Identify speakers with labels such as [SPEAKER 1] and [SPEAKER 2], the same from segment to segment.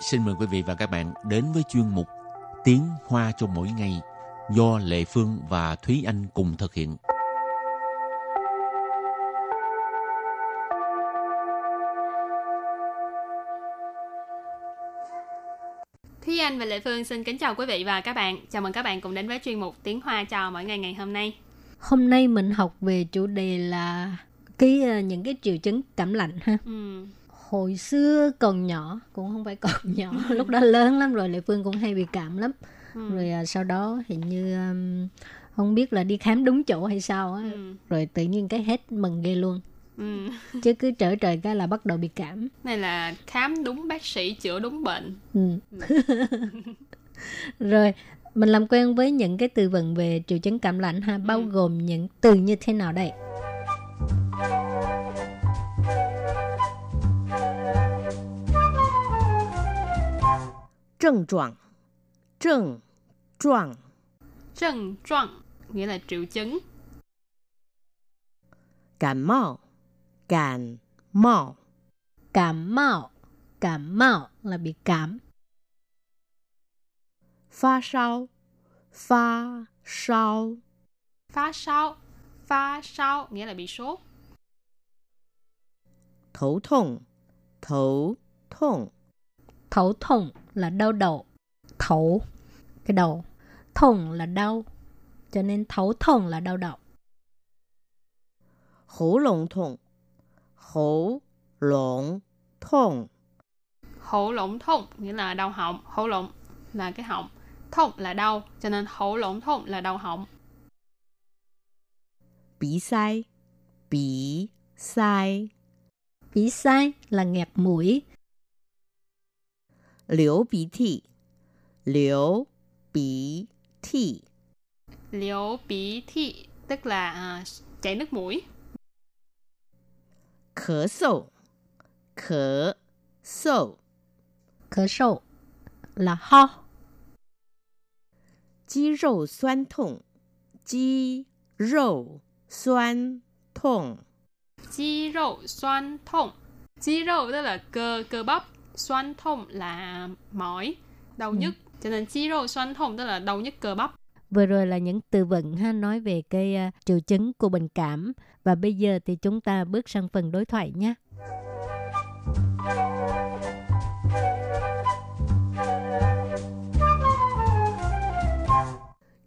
[SPEAKER 1] xin mời quý vị và các bạn đến với chuyên mục Tiếng Hoa cho mỗi ngày do Lệ Phương và Thúy Anh cùng thực hiện.
[SPEAKER 2] Thúy Anh và Lệ Phương xin kính chào quý vị và các bạn. Chào mừng các bạn cùng đến với chuyên mục Tiếng Hoa cho mỗi ngày ngày hôm nay.
[SPEAKER 3] Hôm nay mình học về chủ đề là cái ờ, những cái triệu chứng cảm lạnh ha.
[SPEAKER 2] Ừ.
[SPEAKER 3] Hồi xưa còn nhỏ cũng không phải còn nhỏ, lúc đó lớn lắm rồi Lệ Phương cũng hay bị cảm lắm.
[SPEAKER 2] Ừ.
[SPEAKER 3] Rồi ờ, sau đó hình như ừm, không biết là đi khám đúng chỗ hay sao á.
[SPEAKER 2] Ừ.
[SPEAKER 3] Rồi tự nhiên cái hết mừng ghê luôn.
[SPEAKER 2] Ừ.
[SPEAKER 3] Chứ cứ trở trời cái là bắt đầu bị cảm.
[SPEAKER 2] Này là khám đúng bác sĩ chữa đúng bệnh.
[SPEAKER 3] Ừ. rồi mình làm quen với những cái từ vựng về triệu chứng cảm lạnh ha, bao
[SPEAKER 2] Ừ.
[SPEAKER 3] gồm những từ như thế nào đây?
[SPEAKER 4] Trần trọng, trần trọng,
[SPEAKER 2] Trần trọng nghĩa là triệu chứng.
[SPEAKER 4] cảm mạo, cảm mạo,
[SPEAKER 3] cảm mạo cảm mạo là bị cảm
[SPEAKER 4] phá sao, phá sao,
[SPEAKER 2] Phá sao. Phá sao nghĩa là bị sốt.
[SPEAKER 4] thấu thông, thấu thông,
[SPEAKER 3] thấu thủng là đau đầu thấu cái đầu thủng là đau cho nên thấu thủng là đau đầu
[SPEAKER 4] hổ lồng thông, hổ lồng thông,
[SPEAKER 2] Hổ lỗng thông nghĩa là đau họng. Hổ lỗng là cái họng. Thông là đau, cho nên hổ lỗng thông là đau họng.
[SPEAKER 4] bí sai, bí sai,
[SPEAKER 3] bí sai là nghẹt mũi
[SPEAKER 4] liễu bí thị, liễu bí thị,
[SPEAKER 2] Liễu bí thị tức là à, chảy nước mũi.
[SPEAKER 4] khớ sầu, khớ sầu,
[SPEAKER 3] khớ sầu là ho
[SPEAKER 4] Chí rậu xoan thông, chí rậu xoan thông,
[SPEAKER 2] Chi rậu xoan thông. Chi rậu tức là cơ cơ bắp, xoan thông là mỏi, đau
[SPEAKER 3] Ừ.
[SPEAKER 2] nhức. Cho nên chi rậu xoan thông tức là đau nhức cơ bắp.
[SPEAKER 3] vừa rồi là những từ vựng ha nói về cái à, triệu chứng của bệnh cảm và bây giờ thì chúng ta bước sang phần đối thoại nhé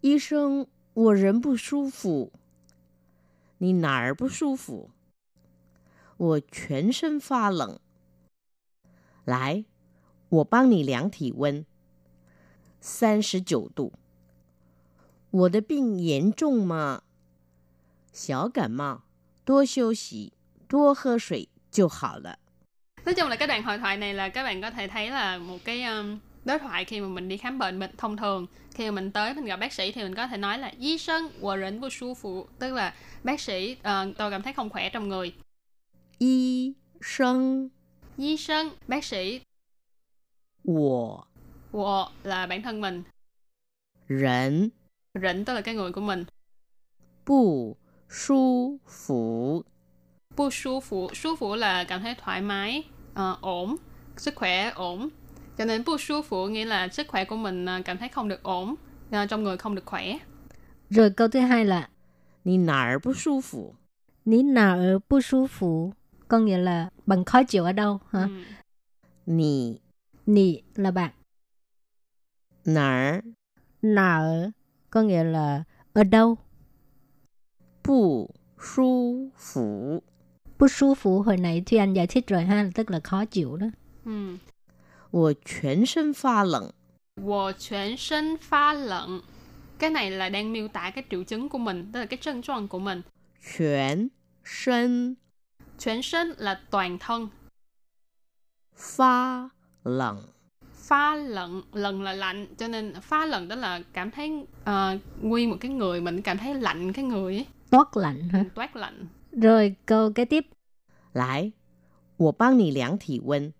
[SPEAKER 4] 医生，我人不舒服。你哪儿不舒服？我全身发冷。来，我帮你量体温，三十九度。我的病严重吗？小感冒，多休息，多喝水就好了。
[SPEAKER 2] Nói chung là cái đoạn hội thoại này là các bạn có thể thấy là một cái um, đối thoại khi mà mình đi khám bệnh mình thông thường khi mà mình tới mình gặp bác sĩ thì mình có thể nói là y sân của rỉnh của su phụ tức là bác sĩ ờ, tôi cảm thấy không khỏe trong người
[SPEAKER 4] 医生，
[SPEAKER 2] y sân bác sĩ
[SPEAKER 4] 我
[SPEAKER 2] của là bản thân mình
[SPEAKER 4] 人
[SPEAKER 2] rỉnh tức là cái người của mình
[SPEAKER 4] 不舒服。
[SPEAKER 2] bu su phụ su phụ là cảm thấy thoải mái ờ, ổn sức khỏe ổn cho nên bu su phụ nghĩa là sức khỏe của mình ờ, cảm thấy không được ổn ờ, trong người không được khỏe
[SPEAKER 3] rồi câu thứ hai là
[SPEAKER 4] 你哪儿不舒服？
[SPEAKER 3] ní nào ở bu su phủ có nghĩa là bằng khó chịu ở đâu ha
[SPEAKER 2] Ừ.
[SPEAKER 4] 你
[SPEAKER 3] nị là bạn
[SPEAKER 4] 哪儿
[SPEAKER 3] nào có nghĩa là ở đâu
[SPEAKER 4] 不舒服？
[SPEAKER 3] 不舒服 hồi nãy Thuy Anh giải thích rồi ha tức là khó chịu đó
[SPEAKER 2] Ừ.
[SPEAKER 4] 我全身发冷。
[SPEAKER 2] 我全身发冷. Cái này là đang miêu tả cái triệu chứng của mình, tức là cái症状 của mình.
[SPEAKER 4] 全身
[SPEAKER 2] Chuyển sinh là toàn thân,
[SPEAKER 4] 发冷，
[SPEAKER 2] pha lận, lận là lạnh, cho nên pha lận đó là cảm thấy ờ, nguyên một cái người mình cảm thấy lạnh cái người ấy,
[SPEAKER 3] toát lạnh ha
[SPEAKER 2] mình toát lạnh.
[SPEAKER 3] rồi câu kế tiếp
[SPEAKER 4] 来，我帮你量体温。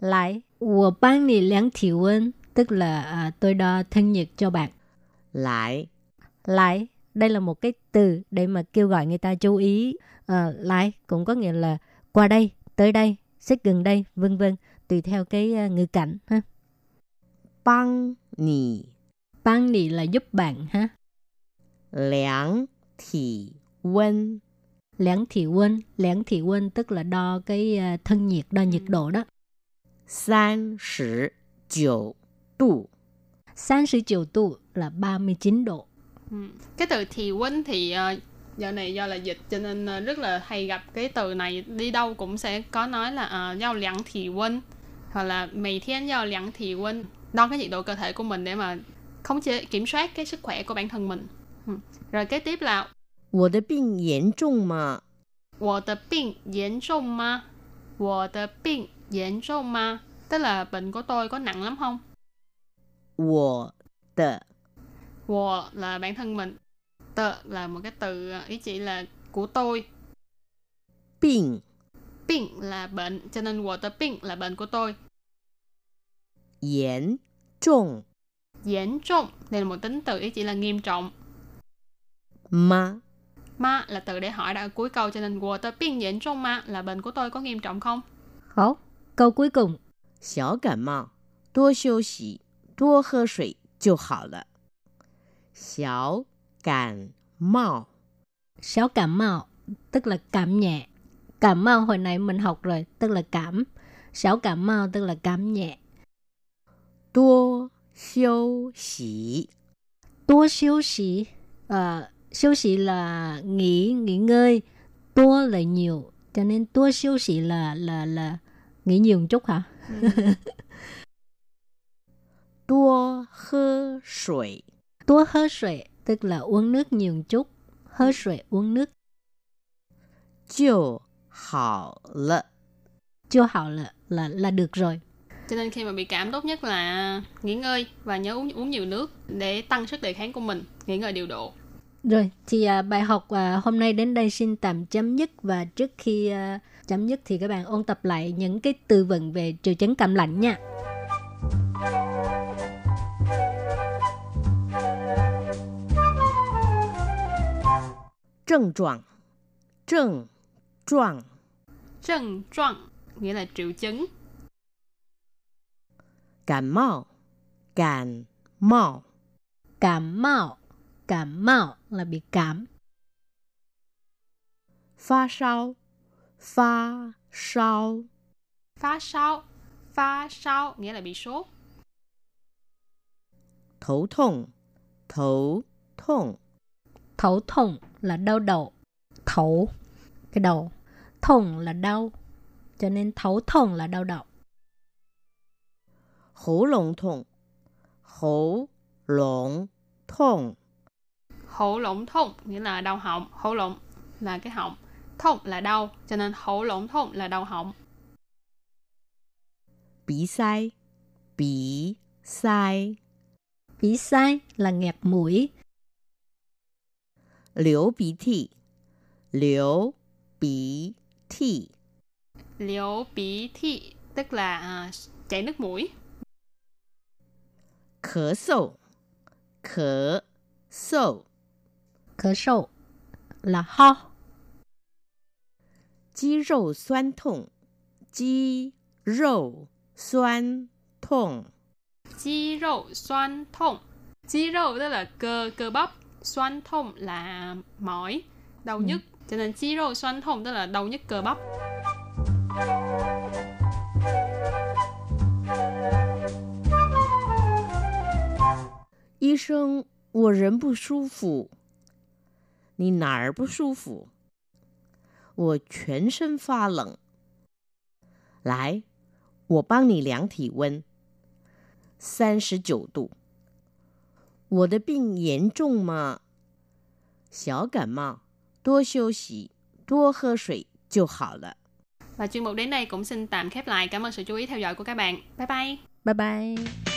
[SPEAKER 3] lại của ban nị lắng thị温tức là à, tôi đo thân nhiệt cho bạn
[SPEAKER 4] 来，
[SPEAKER 3] lại đây là một cái từ để mà kêu gọi người ta chú Ờ, ý à, lại cũng có nghĩa là qua đây tới đây xích gần đây vân vân tùy theo cái à, ngữ cảnh ha.
[SPEAKER 4] 帮你
[SPEAKER 3] Bang nì là giúp bạn ha.
[SPEAKER 4] 量体温，
[SPEAKER 3] Lẻng thị quân, lẻng thị quân tức là đo cái à, thân nhiệt, đo nhiệt độ đó.
[SPEAKER 4] 三十九度，
[SPEAKER 3] Sáng sự chiều tu là 39 độ.
[SPEAKER 2] Ừ. Cái từ thì quên thì ờ, dạo này do là dịch cho nên ờ, rất là hay gặp cái từ này đi đâu cũng sẽ có nói là ờ, giao lặng thì quên hoặc là mày thiên giao lặng thì quên đo cái nhiệt độ cơ thể của mình để mà khống chế kiểm soát cái sức khỏe của bản thân mình ừ. rồi kế tiếp là
[SPEAKER 4] 我的病严重吗？
[SPEAKER 2] 我的病严重吗我的病严重吗 tức là bệnh của tôi có nặng lắm không
[SPEAKER 4] 我的
[SPEAKER 2] 我 là bản thân mình tờ là một cái từ ờ, ý chỉ là của tôi
[SPEAKER 4] 病
[SPEAKER 2] 病 là bệnh, cho nên water pink là bệnh của tôi.
[SPEAKER 4] 严重
[SPEAKER 2] Diễn trọng, đây là một tính từ ý chỉ là nghiêm trọng.
[SPEAKER 4] 吗？
[SPEAKER 2] Ma là từ để hỏi đã ở cuối câu cho nên water pink diễn trọng ma là bệnh của tôi có nghiêm trọng không?
[SPEAKER 3] Khổ. Câu cuối cùng
[SPEAKER 4] 小感冒，多休息，多喝水就好了。小感冒，
[SPEAKER 3] sáu cảm mạo tức là cảm nhẹ cảm mạo hồi nãy mình học rồi tức là cảm sáu cảm mạo tức là cảm nhẹ
[SPEAKER 4] 多休息，
[SPEAKER 3] tua siêu sĩ ờ, siêu sĩ là nghỉ nghỉ ngơi tua là nhiều cho nên tua siêu sĩ là là là nghỉ nhiều một chút hả
[SPEAKER 4] 多喝水，
[SPEAKER 3] tua hơ sệ tức là uống nước nhiều một chút hơ sệ uống nước
[SPEAKER 4] 就好了。
[SPEAKER 3] chưa hảo là là là được rồi
[SPEAKER 2] Cho nên khi mà bị cảm tốt nhất là nghỉ ngơi và nhớ uống uống nhiều nước để tăng sức đề kháng của mình, nghỉ ngơi điều độ.
[SPEAKER 3] Rồi, thì à, bài học à, hôm nay đến đây xin tạm chấm dứt và trước khi à, chấm dứt thì các bạn ôn tập lại những cái từ vựng về triệu chứng cảm lạnh nha.
[SPEAKER 4] 症状，症状，
[SPEAKER 2] Trần trọng nghĩa là triệu chứng,
[SPEAKER 4] 感冒，感冒，
[SPEAKER 3] Cảm mạo, cảm mạo là bị cảm,
[SPEAKER 4] 发烧，发烧，
[SPEAKER 2] phá sao, phá sao nghĩa là bị sốt,
[SPEAKER 4] 头痛，头痛，
[SPEAKER 3] thấu thủng là đau đầu. Thấu cái đầu, thủng là đau. Cho nên thấu thủng là đau đầu.
[SPEAKER 4] 喉咙痛，喉咙痛，
[SPEAKER 2] hổ lỗng thông nghĩa là đau họng, hổ lỗng là cái họng, thông là đau, cho nên hổ lỗng thông là đau họng.
[SPEAKER 4] 鼻塞，鼻塞，
[SPEAKER 3] Bí sai là nghẹt mũi,
[SPEAKER 4] 流鼻涕，流鼻涕，
[SPEAKER 2] liễu bí thị tức là à, chảy nước mũi
[SPEAKER 4] 咳嗽，咳嗽，
[SPEAKER 3] khở sầu là ho,
[SPEAKER 4] 肌肉酸痛，肌肉酸痛。
[SPEAKER 2] chi rậu xoan thông chi rậu tức là cơ cơ bắp xoan thông là mỏi đau nhức cho nên chi rậu xoan thông tức là đau nhức cơ bắp
[SPEAKER 4] 医生，我人不舒服。你哪儿不舒服？我全身发冷。来，我帮你量体温，三十九度。我的病严重吗？小感冒，多休息，多喝水就好了。
[SPEAKER 2] và chuyên mục đến đây cũng xin tạm khép lại cảm ơn sự chú ý theo dõi của các bạn bye bye
[SPEAKER 3] bye bye.